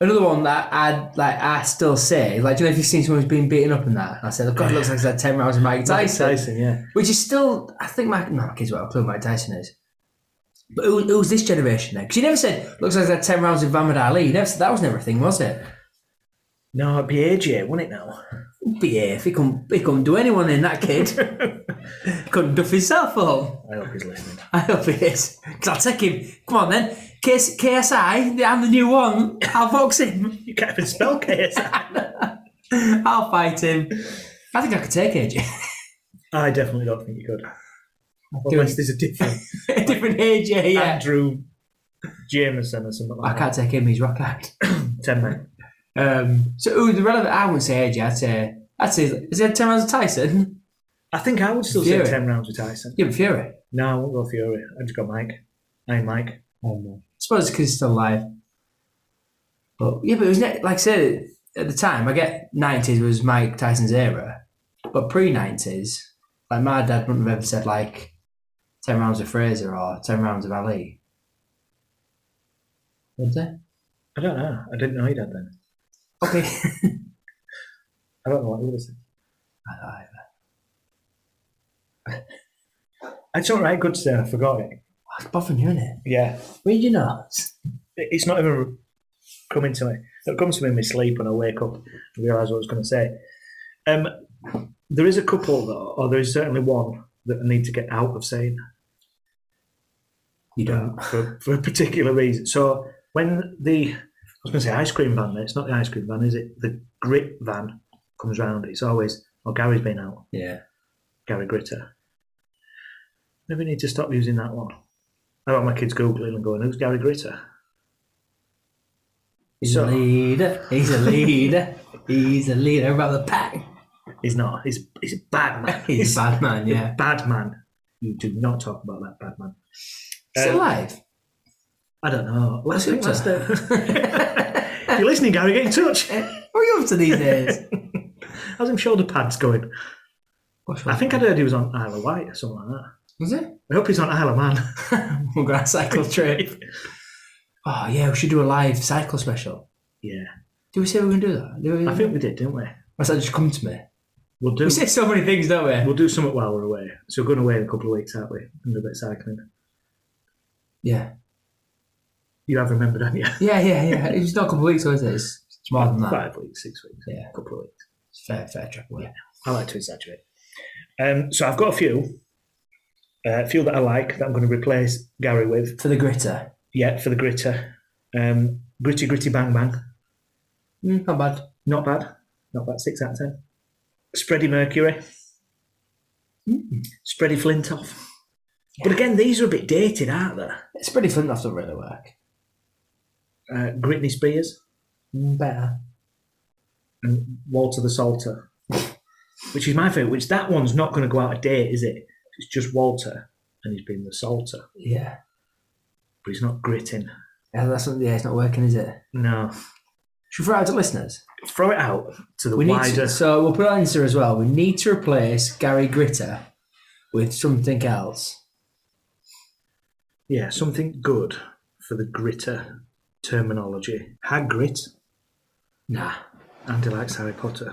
Speaker 4: Another one that I like I still say, like, do you know if you've seen someone who's been beaten up and that? And I said, look, God, it looks like he's had ten rounds of Mike Tyson.
Speaker 3: Tyson, yeah.
Speaker 4: Which is still, I think my, no, my kids were clue Mike Tyson is. But who, who was this generation then? Because you never said, looks like he's had 10 rounds of Muhammad Ali. You never said that was never a thing, was it?
Speaker 3: No, it'd be AJ, wouldn't it now?
Speaker 4: Yeah, if he couldn't, he couldn't do anyone in that kid. couldn't duff himself home.
Speaker 3: I hope he's listening.
Speaker 4: I hope it is. Because I'll take him. Come on then. KS, KSI, I'm the new one. I'll box him.
Speaker 3: You can't even spell
Speaker 4: <laughs>
Speaker 3: KSI.
Speaker 4: I'll fight him. I think I could take AJ.
Speaker 3: I definitely don't think you could. Unless there's a different
Speaker 4: <laughs> A Different AJ, yeah.
Speaker 3: Andrew Jameson or something
Speaker 4: I
Speaker 3: like
Speaker 4: can't take him, he's rock hard.
Speaker 3: that. Ten men.
Speaker 4: Um, so, ooh, the relevant, I wouldn't say AJ, I'd say, I'd say, is it 10 rounds of Tyson?
Speaker 3: I think I would still
Speaker 4: Fury.
Speaker 3: say ten rounds with Tyson.
Speaker 4: Yeah, but Fury. I
Speaker 3: No, I won't go Fury. I just got Mike. I'm Mike. Oh,
Speaker 4: suppose because he's still alive. But, yeah, but it was, ne- like I said, at the time, I get 90s was Mike Tyson's era, but pre 90s, like my dad wouldn't have ever said, like, 10 rounds of Fraser or 10 rounds of Ali. Would they? Oh,
Speaker 3: I don't know. I didn't know he dad then.
Speaker 4: Okay.
Speaker 3: <laughs>
Speaker 4: <laughs>
Speaker 3: I don't know what he would have said.
Speaker 4: I don't know.
Speaker 3: <laughs> It's all right. Good to say. I forgot it.
Speaker 4: It's bothering you, innit?
Speaker 3: Yeah.
Speaker 4: Read your notes.
Speaker 3: It- It's not even coming to me. It comes to me in my sleep when I wake up and realise what I was going to say. Um, there is a couple, though, or there is certainly one that I need to get out of saying.
Speaker 4: You don't.
Speaker 3: for, for a particular reason. So when the I was going to say ice cream van, it's not the ice cream van, is it? The grit van comes round. It's always oh Gary's been out,
Speaker 4: Yeah.
Speaker 3: Gary Gritter. Maybe we need to stop using that one. I got my kids googling and going, "Who's Gary Gritter?"
Speaker 4: He's
Speaker 3: So-
Speaker 4: a leader. He's a
Speaker 3: <laughs>
Speaker 4: leader. He's a leader of the pack.
Speaker 3: He's not. He's he's a bad man.
Speaker 4: <laughs> He's a bad man,
Speaker 3: a <laughs>
Speaker 4: yeah.
Speaker 3: bad man. You do not talk about that bad man.
Speaker 4: Still
Speaker 3: Uh,
Speaker 4: alive.
Speaker 3: I don't know. Let's
Speaker 4: Gritter.
Speaker 3: let's do- <laughs> if you're listening, Gary, get in touch.
Speaker 4: <laughs> What are you up to these days?
Speaker 3: How's him shoulder pads going? <laughs> I think I'd heard he was on Isle of Wight or something like that.
Speaker 4: Was it? <laughs>
Speaker 3: I hope he's on Isle of <laughs> Man.
Speaker 4: We're going on a cycle trip. Oh, yeah, we should do a live cycle special.
Speaker 3: Yeah,
Speaker 4: Did we say we were going to do that? Did we,
Speaker 3: I think we did, didn't we?
Speaker 4: Or is that just come to me?
Speaker 3: We'll do
Speaker 4: We say so many things, don't we?
Speaker 3: we'll do something while we're away. So we're going away in a couple of weeks, aren't we? And a bit of cycling.
Speaker 4: Yeah.
Speaker 3: You have remembered, haven't you?
Speaker 4: Yeah, yeah, yeah. It's not a couple of weeks, is it? It's, it's more than that.
Speaker 3: <laughs> Five weeks, six weeks,
Speaker 4: Yeah.
Speaker 3: a couple of weeks.
Speaker 4: It's fair, fair trip away.
Speaker 3: I like to exaggerate. Um, so I've got a few, uh, a few that I like that I'm going to replace Gary with.
Speaker 4: For the gritter.
Speaker 3: Yeah, for the gritter, um, gritty gritty bang bang.
Speaker 4: Mm, not bad.
Speaker 3: Not bad, not bad. Six out of ten. Spready Mercury, Mm. Spready Flintoff. But again, these are a bit dated, aren't they?
Speaker 4: It's pretty fun enough to really work.
Speaker 3: uh, Britney Spears
Speaker 4: Mm, Better.
Speaker 3: and Walter the Salter, which is my favourite. Which that one's not going to go out of date, is it? It's just Walter, and he's been the Salter,
Speaker 4: Yeah.
Speaker 3: but he's not gritting.
Speaker 4: Yeah, that's not, yeah, it's not working, is it?
Speaker 3: No,
Speaker 4: Should we throw it out to listeners?
Speaker 3: throw it out to the
Speaker 4: We need
Speaker 3: wider.
Speaker 4: to, so we'll put it on Insta as well. We need to replace Gary Gritter with something else.
Speaker 3: Yeah, something good for the gritter terminology. Hagrid,
Speaker 4: Nah,
Speaker 3: Andy likes Harry Potter.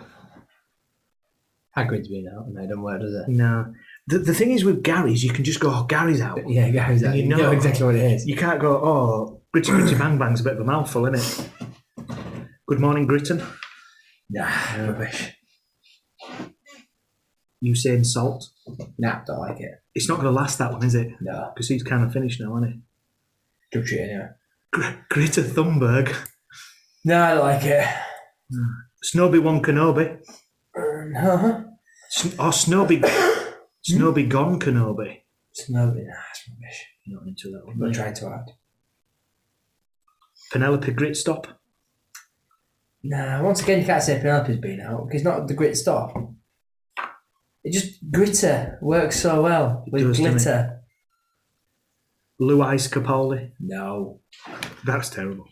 Speaker 4: Hagrid's been out and they don't work, does it?
Speaker 3: No, The, the thing is with Gary's, you can just go, oh, Gary's out.
Speaker 4: Yeah, yeah, exactly.
Speaker 3: You
Speaker 4: You know,
Speaker 3: know-
Speaker 4: exactly what it is.
Speaker 3: You can't go, oh, Gritty Gritty Bang Bang's a bit of a mouthful, isn't it? Good morning, Gritton.
Speaker 4: Nah, rubbish.
Speaker 3: You saying salt?
Speaker 4: Nah, don't like it.
Speaker 3: It's not going to last that one, is it?
Speaker 4: No,
Speaker 3: Because he's kind of finished now, isn't he?
Speaker 4: jump shit anyway.
Speaker 3: Gr- Greta Thunberg.
Speaker 4: No, I don't like it.
Speaker 3: Snowby One Kenobi.
Speaker 4: Um, huh?
Speaker 3: Sn- oh, or Snowby. Hmm? Snowby Gone Kenobi.
Speaker 4: It's no, nah, it's rubbish.
Speaker 3: You're not into that
Speaker 4: I'm not
Speaker 3: one.
Speaker 4: trying to act.
Speaker 3: Penelope Gritstop.
Speaker 4: Nah, once again, you can't say Penelope's been out because not the grit stuff. It just glitter works so well with
Speaker 3: does, doesn't it?
Speaker 4: glitter.
Speaker 3: Blue Eyes Capaldi.
Speaker 4: No,
Speaker 3: That's terrible.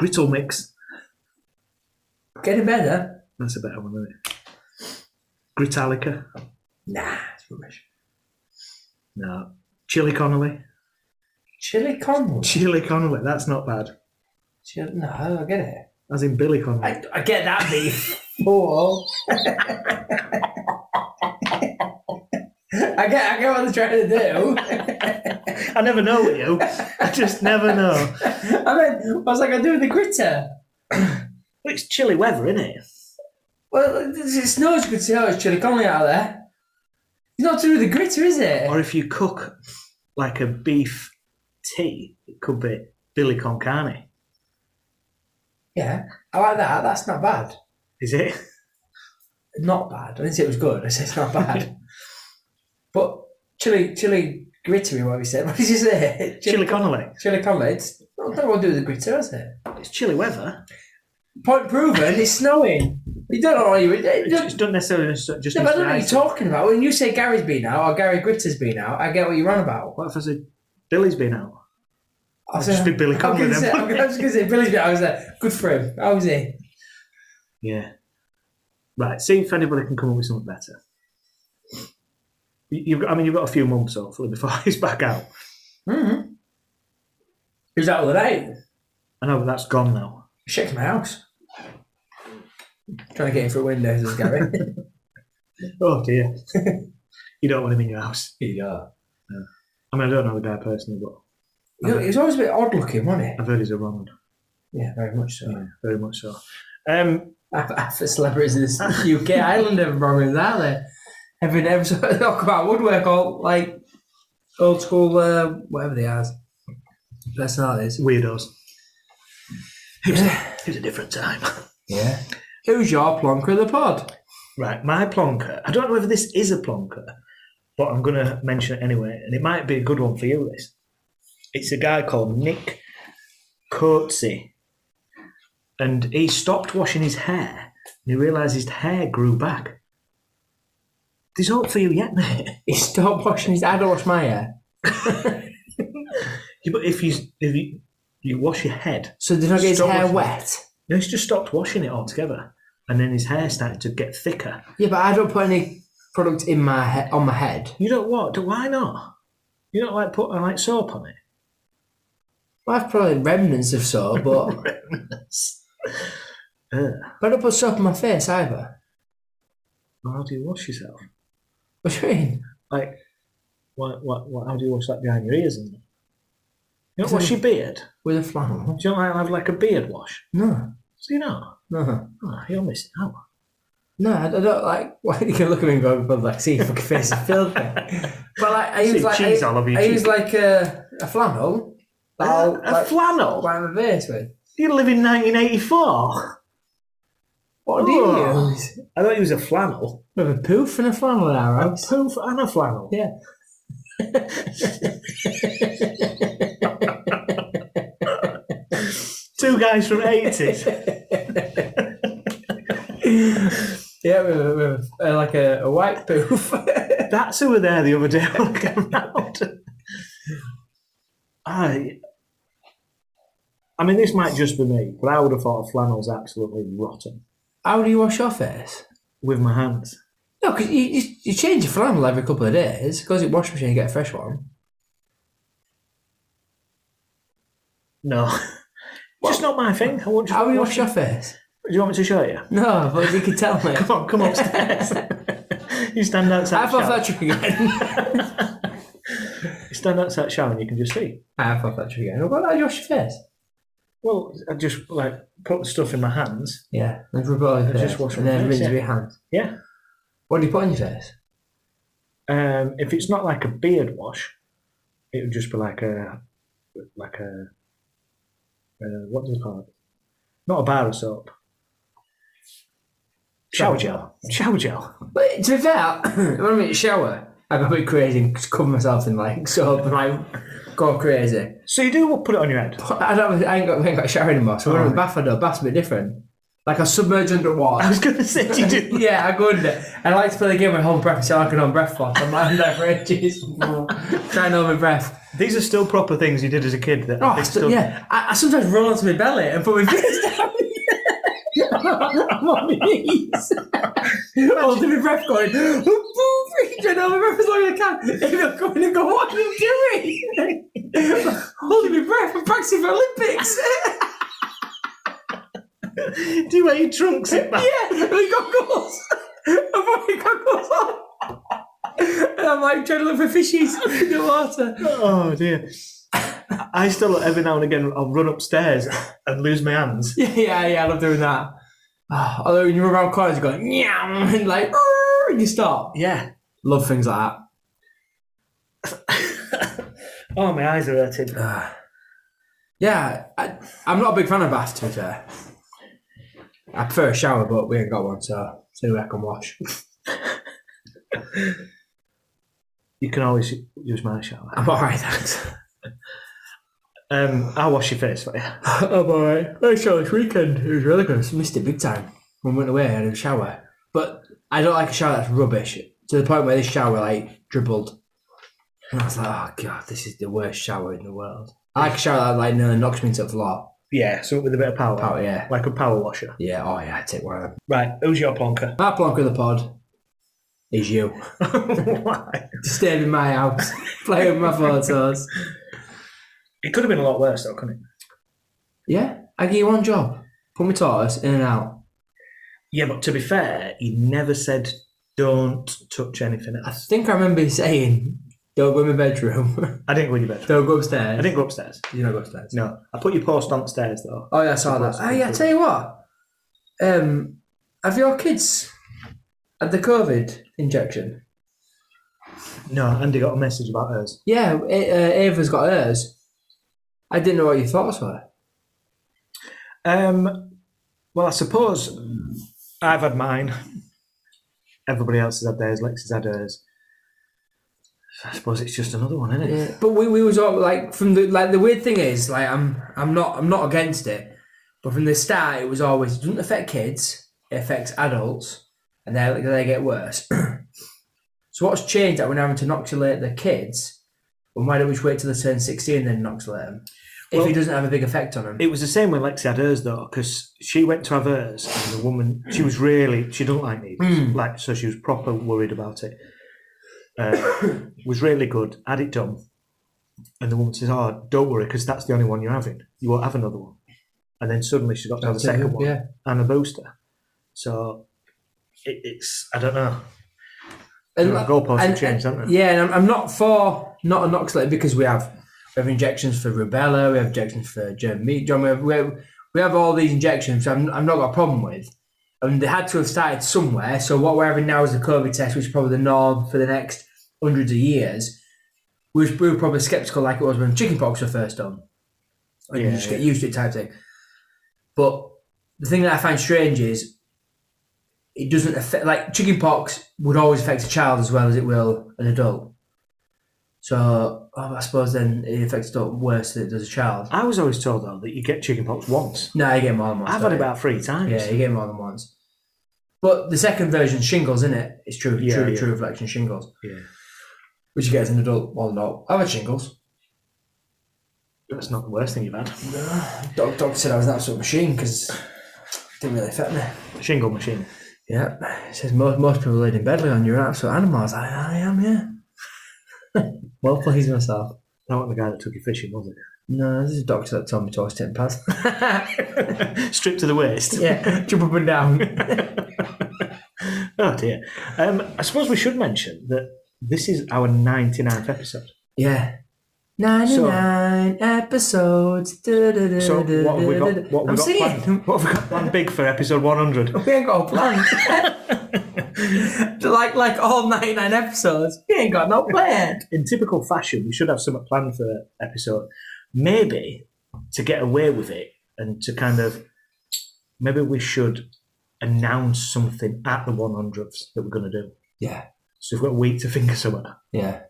Speaker 3: Grittle Mix.
Speaker 4: getting better.
Speaker 3: That's a better one, isn't it? Gritalica.
Speaker 4: Nah, it's rubbish.
Speaker 3: No. Chili Connolly.
Speaker 4: Chili con.
Speaker 3: Chili Connolly. That's not bad.
Speaker 4: Chili, no, I get it.
Speaker 3: As in Billy Connolly.
Speaker 4: I, I get that beef. <laughs> Paul. I get I get what they're trying to do.
Speaker 3: I never know with <laughs> you. I just never know.
Speaker 4: <laughs> I mean, what's I gonna do with the gritter?
Speaker 3: It's chilly weather, isn't it?
Speaker 4: Well, it snows. You could see how it's chili con out there. It's not to do with the gritter, is it?
Speaker 3: Or if you cook like a beef tea, it could be Billy Con Carne.
Speaker 4: Yeah, I like that. That's not bad.
Speaker 3: Is it?
Speaker 4: Not bad. I didn't say it was good. I said it's not <laughs> bad. but chili, chili grittery. What we said. <laughs> What did you say?
Speaker 3: Chili Connolly.
Speaker 4: <laughs> chili conley. It's not not what to do with the gritter, is it?
Speaker 3: It's chilly weather.
Speaker 4: Point proven. It's snowing. You don't know what you.
Speaker 3: It
Speaker 4: you don't-
Speaker 3: just doesn't necessarily just need
Speaker 4: No, but I
Speaker 3: to
Speaker 4: don't know
Speaker 3: be
Speaker 4: what you're
Speaker 3: ice.
Speaker 4: talking about. When you say Gary's been out or Gary Gritter's been out, I get what you're on about.
Speaker 3: What if I said Billy's been out?
Speaker 4: I was
Speaker 3: Just
Speaker 4: like-
Speaker 3: be
Speaker 4: I
Speaker 3: Billy
Speaker 4: was
Speaker 3: Connolly
Speaker 4: gonna
Speaker 3: then,
Speaker 4: say- I
Speaker 3: wouldn't
Speaker 4: was going to say Billy's been out. I was like, good for him. How was he?
Speaker 3: Yeah. Right. See if anybody can come up with something better. You- You've got, I mean, you've got a few months hopefully <laughs> before he's back out.
Speaker 4: Mm-hmm. He was out all the night.
Speaker 3: I know, but that's gone now.
Speaker 4: Shaking my house. Trying to get in through windows, is Gary. <laughs>
Speaker 3: Oh dear. <laughs> you don't want him in your house.
Speaker 4: yeah.
Speaker 3: I mean, I don't know the guy personally, but
Speaker 4: You know, he was always a bit odd looking, wasn't he?
Speaker 3: I've heard he's a wrong one.
Speaker 4: Yeah, very much so.
Speaker 3: Yeah, very much so. Um,
Speaker 4: Half, half the celebrities in this UK island have problems, are they? Every <laughs> episode they talk about woodwork, all like old school, uh, whatever they are. Personalities.
Speaker 3: weirdos.
Speaker 4: Yeah.
Speaker 3: It was a different time. <laughs>
Speaker 4: yeah. Who's your plonker of the pod?
Speaker 3: Right, my plonker. I don't know whether this is a plonker, but I'm going to mention it anyway, and it might be a good one for you. This, it's a guy called Nick Coatsy, and he stopped washing his hair, and he realised his hair grew back. There's hope for you yet, mate. <laughs>
Speaker 4: He stopped washing his. I don't wash my hair,
Speaker 3: You- But if you if you, you wash your head,
Speaker 4: so did not get his
Speaker 3: Stop
Speaker 4: hair
Speaker 3: washing it.
Speaker 4: wet.
Speaker 3: no, he's just stopped washing it altogether, and then his hair started to get thicker.
Speaker 4: Yeah, but I don't put any product in my he- on my head.
Speaker 3: You don't what? Why not? You don't like putting like soap on it.
Speaker 4: Well, I've probably remnants of soap, but <laughs>
Speaker 3: Ugh.
Speaker 4: but I don't put soap on my face either.
Speaker 3: Well, how do you wash yourself?
Speaker 4: What do you mean?
Speaker 3: Like, what, what, what, how do you wash that behind your ears? And that? you don't
Speaker 4: Isn't
Speaker 3: wash your beard.
Speaker 4: With a flannel?
Speaker 3: Do you not like, have like a beard wash?
Speaker 4: No,
Speaker 3: So you know,
Speaker 4: no,
Speaker 3: oh, you're missing out.
Speaker 4: no. I I don't like. <laughs> Why you can look at me and go, but like, see, your fucking face is <laughs> filthy. But like, I
Speaker 3: See
Speaker 4: use like
Speaker 3: cheese
Speaker 4: I,
Speaker 3: all over your
Speaker 4: I use
Speaker 3: cheek.
Speaker 4: like a a flannel. that
Speaker 3: a,
Speaker 4: I'll,
Speaker 3: a
Speaker 4: like,
Speaker 3: flannel.
Speaker 4: wipe my face with.
Speaker 3: You live in 1984.
Speaker 4: What do you
Speaker 3: Oh.
Speaker 4: use?
Speaker 3: I don't use a flannel.
Speaker 4: We have a poof and a flannel in our
Speaker 3: A
Speaker 4: house.
Speaker 3: poof and a flannel.
Speaker 4: Yeah.
Speaker 3: Two guys from 80s.
Speaker 4: <laughs> yeah, we have, a- we have a- like a, a white poof. <laughs>
Speaker 3: That's who were there the other day <laughs> when I came round. I, I mean, this might just be me, but I would have thought a flannel's absolutely rotten
Speaker 4: How do you wash your face?
Speaker 3: with my hands.
Speaker 4: No, because you, you, you change your flannel every couple of days. Goes in washing machine, you get a fresh one.
Speaker 3: No, just not my thing. I want
Speaker 4: How do you wash your face?
Speaker 3: Do you <laughs> want me to show you?
Speaker 4: <laughs> No, but you can tell me.
Speaker 3: Come on, come upstairs. <laughs> You stand outside.
Speaker 4: I
Speaker 3: the
Speaker 4: have off
Speaker 3: shower.
Speaker 4: that trick <laughs> again.
Speaker 3: You stand outside the shower and you can just see.
Speaker 4: I have off that trick again. What about that Josh face?
Speaker 3: Well, I just like put stuff in my hands.
Speaker 4: Yeah, and rub it on your
Speaker 3: I
Speaker 4: face.
Speaker 3: just wash
Speaker 4: and
Speaker 3: my
Speaker 4: then
Speaker 3: face,
Speaker 4: rinse
Speaker 3: yeah.
Speaker 4: with your hands.
Speaker 3: Yeah.
Speaker 4: What do you put on your face?
Speaker 3: Um, if it's not like a beard wash, it would just be like a like a uh, what do you call it? Not a bar of soap. Shower gel. Shower gel.
Speaker 4: But to be fair, <clears throat> when I'm in the shower, I go a bit crazy and just cover myself in like <laughs> soap and like go crazy.
Speaker 3: So you do put it on your head.
Speaker 4: I don't. I ain't got, I ain't got a shower anymore. So when I'm in the bath, I do. Bath's a bit different. Like I submerge
Speaker 3: <laughs> I
Speaker 4: underwater.
Speaker 3: was going to say you
Speaker 4: <laughs>
Speaker 3: do.
Speaker 4: yeah, I go in there. I like to play the game with whole breath, so I can on breath for. I'm like, <laughs> I'm there for ages.
Speaker 3: <laughs>
Speaker 4: Trying to hold my breath.
Speaker 3: These are still proper things you did as a kid. That
Speaker 4: Oh,
Speaker 3: they
Speaker 4: I still, yeah. I, I sometimes roll onto my belly and <laughs> put my face down. I'm on my <laughs> knees. Holding my breath going, trying to hold my breath as long as I can. If I'm coming and go, what am I doing? <laughs> Holding my breath, I'm practicing for Olympics. <laughs>
Speaker 3: Do you wear your trunks in that?
Speaker 4: yeah, my <laughs> goggles. I've already got goggles on. <laughs> And I'm like trying to look for fishies in the water.
Speaker 3: Oh dear. I still every now and again I'll run upstairs and lose my hands.
Speaker 4: Yeah, yeah, yeah, I love doing that. Ah, although when you run around corners, you go, yeah, <laughs> and like, "Arr," and you stop.
Speaker 3: Yeah.
Speaker 4: Love things like that.
Speaker 3: Oh, my eyes are hurting.
Speaker 4: Ah. Yeah, I, I'm not a big fan of baths, to be fair. I prefer a shower, but we ain't got one, so it's the only way I can wash. <laughs>
Speaker 3: You can always use my shower.
Speaker 4: I'm alright, thanks.
Speaker 3: Um, I'll wash your face for you.
Speaker 4: I'm alright. I shower this weekend. It was really good. I missed it big time. When we went away, I had a shower. But I don't like a shower that's rubbish to the point where this shower, like, dribbled. And I was like, oh, God, this is the worst shower in the world. I like a shower that, like, nearly knocks me into the floor.
Speaker 3: Yeah, something with a bit of power.
Speaker 4: Oh, yeah.
Speaker 3: Like a power washer.
Speaker 4: Yeah, oh, yeah, I take one of them.
Speaker 3: Right, who's your plonker?
Speaker 4: My plonk of the pod is you.
Speaker 3: <laughs>
Speaker 4: <laughs>
Speaker 3: Why?
Speaker 4: Staying in my house, <laughs> playing with my photos.
Speaker 3: It could have been a lot worse though, couldn't it?
Speaker 4: Yeah, I give you one job. Put my tortoise in and out.
Speaker 3: Yeah, but to be fair, he never said don't touch anything
Speaker 4: I
Speaker 3: else.
Speaker 4: think I remember you saying, don't go in my bedroom, <laughs>
Speaker 3: I didn't go in your bed.
Speaker 4: don't go upstairs.
Speaker 3: I didn't go upstairs.
Speaker 4: You don't go upstairs.
Speaker 3: No. I put your post on the stairs though.
Speaker 4: Oh, yeah, I saw that. Oh, yeah, I tell you what. Um, have your kids had the COVID injection?
Speaker 3: No, Andy got a message about hers.
Speaker 4: Yeah, A- uh, Ava's got hers. I didn't know what your thoughts were.
Speaker 3: Um, well, I suppose I've had mine. Everybody else has had theirs. Lex has had hers. I suppose it's just another one, isn't it?
Speaker 4: Yeah, but we, we was all like from the like the weird thing is like I'm I'm not I'm not against it, but from the start it was always it doesn't affect kids, it affects adults, and they they get worse. <clears throat> so what's changed that we're now having to inoculate the kids, and why don't we just wait till they turn sixteen and then inoculate them? If
Speaker 3: Well-
Speaker 4: it doesn't have a big effect on them,
Speaker 3: It was the same when Lexi had hers though, because she went to have hers, and the woman she was really she don't like needles,
Speaker 4: Hmm.
Speaker 3: like so she was proper worried about it. Uh, was really good, had it done, and the woman says, "Oh, don't worry, because that's the only one you're having. You won't have another one." And then suddenly she got to have a
Speaker 4: That's it,
Speaker 3: second one
Speaker 4: yeah.
Speaker 3: and a booster. So it, it's I don't know.
Speaker 4: and,
Speaker 3: Our goalposts have
Speaker 4: and-
Speaker 3: changed, haven't they?
Speaker 4: Yeah, and I'm, I'm not for not inoculated because we have we have injections for rubella, we have injections for germ meat, John. We have, we have we have all these injections. I'm I'm not got a problem with. I mean, they had to have started somewhere. So what we're having now is a COVID test, which is probably the norm for the next hundreds of years. We was- we were probably skeptical, like it was when chickenpox were first done. And you
Speaker 3: Yeah,
Speaker 4: just get used to it, type thing. But the thing that I find strange is it doesn't affect like chickenpox would always affect a child as well as it will an adult. So oh, I suppose then it affects adult worse than it does a child.
Speaker 3: I was always told though that you get chickenpox once.
Speaker 4: No, you get more than once.
Speaker 3: I've had
Speaker 4: don't you?
Speaker 3: about three times.
Speaker 4: yeah, you get more than once. But the second version shingles, isn't it? It's true,
Speaker 3: Yeah,
Speaker 4: true,
Speaker 3: yeah.
Speaker 4: true reflection shingles,
Speaker 3: Yeah.
Speaker 4: which you get as an adult or not. I've had shingles.
Speaker 3: That's not the worst thing you've had.
Speaker 4: <sighs> Doc, doc said I was an absolute machine because it didn't really affect me.
Speaker 3: Shingle machine.
Speaker 4: Yeah, he says most most people laid in bed lay on you're an absolute animal. I was like, I am, yeah. <laughs> well pleased with myself.
Speaker 3: That wasn't the guy that took you fishing, was it?
Speaker 4: No, this is a doctor that told me to always ten
Speaker 3: <laughs>
Speaker 4: pads.
Speaker 3: Stripped to the waist.
Speaker 4: yeah, jump up and down.
Speaker 3: Oh dear. Um, I suppose we should mention that this is our 99th episode.
Speaker 4: Yeah. 99 episodes.
Speaker 3: So
Speaker 4: So
Speaker 3: what have we got? What have we
Speaker 4: I'm
Speaker 3: got
Speaker 4: singing. <laughs>
Speaker 3: planned? What have we got planned big for episode 100?
Speaker 4: We ain't got a
Speaker 3: <laughs>
Speaker 4: plan. like like all 99 episodes, we ain't got no plan.
Speaker 3: In typical fashion, we should have something planned for episode. Maybe to get away with it and to kind of maybe we should announce something at the 100th that we're going to do.
Speaker 4: Yeah,
Speaker 3: So we've got a week to think of something.
Speaker 4: yeah.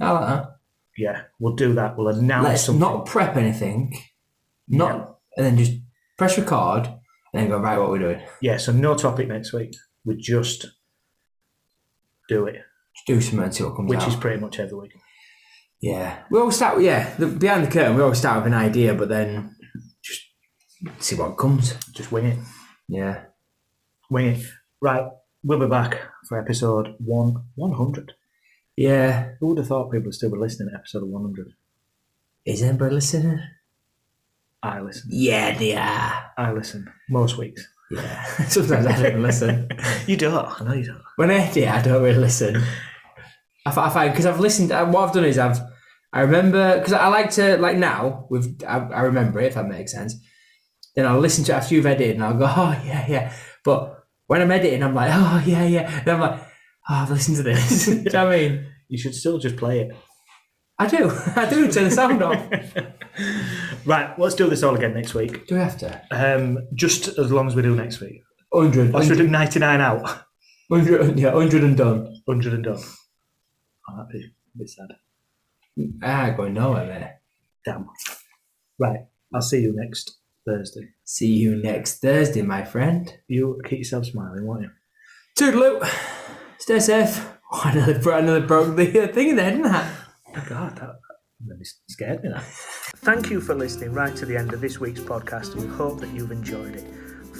Speaker 4: I like that.
Speaker 3: Yeah, we'll do that. We'll announce
Speaker 4: Let's
Speaker 3: something.
Speaker 4: not prep anything. Not
Speaker 3: Yeah.
Speaker 4: and then just press record and then go right what we're doing.
Speaker 3: Yeah, so no topic next week. We just do it,
Speaker 4: Just do something and see what comes
Speaker 3: which
Speaker 4: out.
Speaker 3: is pretty much every week.
Speaker 4: yeah. We always start yeah, the, behind the curtain we always start with an idea but then just see what comes.
Speaker 3: Just wing it.
Speaker 4: Yeah.
Speaker 3: Wing it. Right, we'll be back for episode one, 100.
Speaker 4: Yeah.
Speaker 3: Who would have thought people would still be listening to episode 100?
Speaker 4: Is anybody listening?
Speaker 3: I listen.
Speaker 4: Yeah, they are. <laughs>
Speaker 3: I listen. Most weeks.
Speaker 4: Yeah. Sometimes I don't listen.
Speaker 3: <laughs> You don't. I know you don't.
Speaker 4: When I do, I don't really listen. I, fi- I find because I've listened. uh, What I've done is I've I remember because I like to like now with I, I remember it if that makes sense. Then I'll listen to it after you've edited and I'll go oh yeah yeah. But when I'm editing, I'm like oh yeah yeah. And I'm like oh I've listened to this. <laughs> do you know what I mean?
Speaker 3: You should still just play it.
Speaker 4: I do. <laughs> I do turn the sound off.
Speaker 3: Right, let's do this all again next week.
Speaker 4: Do we have to?
Speaker 3: Um, just as long as we do next week.
Speaker 4: 100,
Speaker 3: Or should
Speaker 4: 100,
Speaker 3: we do 99 out?
Speaker 4: 100 yeah, 100 and done.
Speaker 3: 100 and done. Oh, that'd be a bit sad.
Speaker 4: Ah, going nowhere, mate.
Speaker 3: Damn. Right, I'll see you next Thursday.
Speaker 4: See you next Thursday, my friend.
Speaker 3: You keep yourself smiling, won't you?
Speaker 4: Toodaloo. Stay safe. Oh, I nearly, bro- I nearly broke the uh, thing in there, didn't I?
Speaker 3: God, that really scared me. That. Thank you for listening right to the end of this week's podcast. We hope that you've enjoyed it.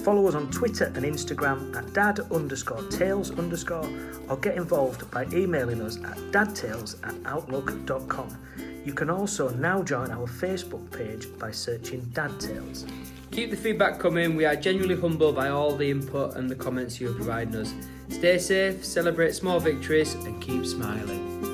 Speaker 3: Follow us on Twitter and Instagram at dad underscore tales underscore or get involved by emailing us at dadtales at outlook.com. You can also now join our Facebook page by searching Dad Tales.
Speaker 5: Keep the feedback coming. We are genuinely humbled by all the input and the comments you are providing us. Stay safe, celebrate small victories, and keep smiling.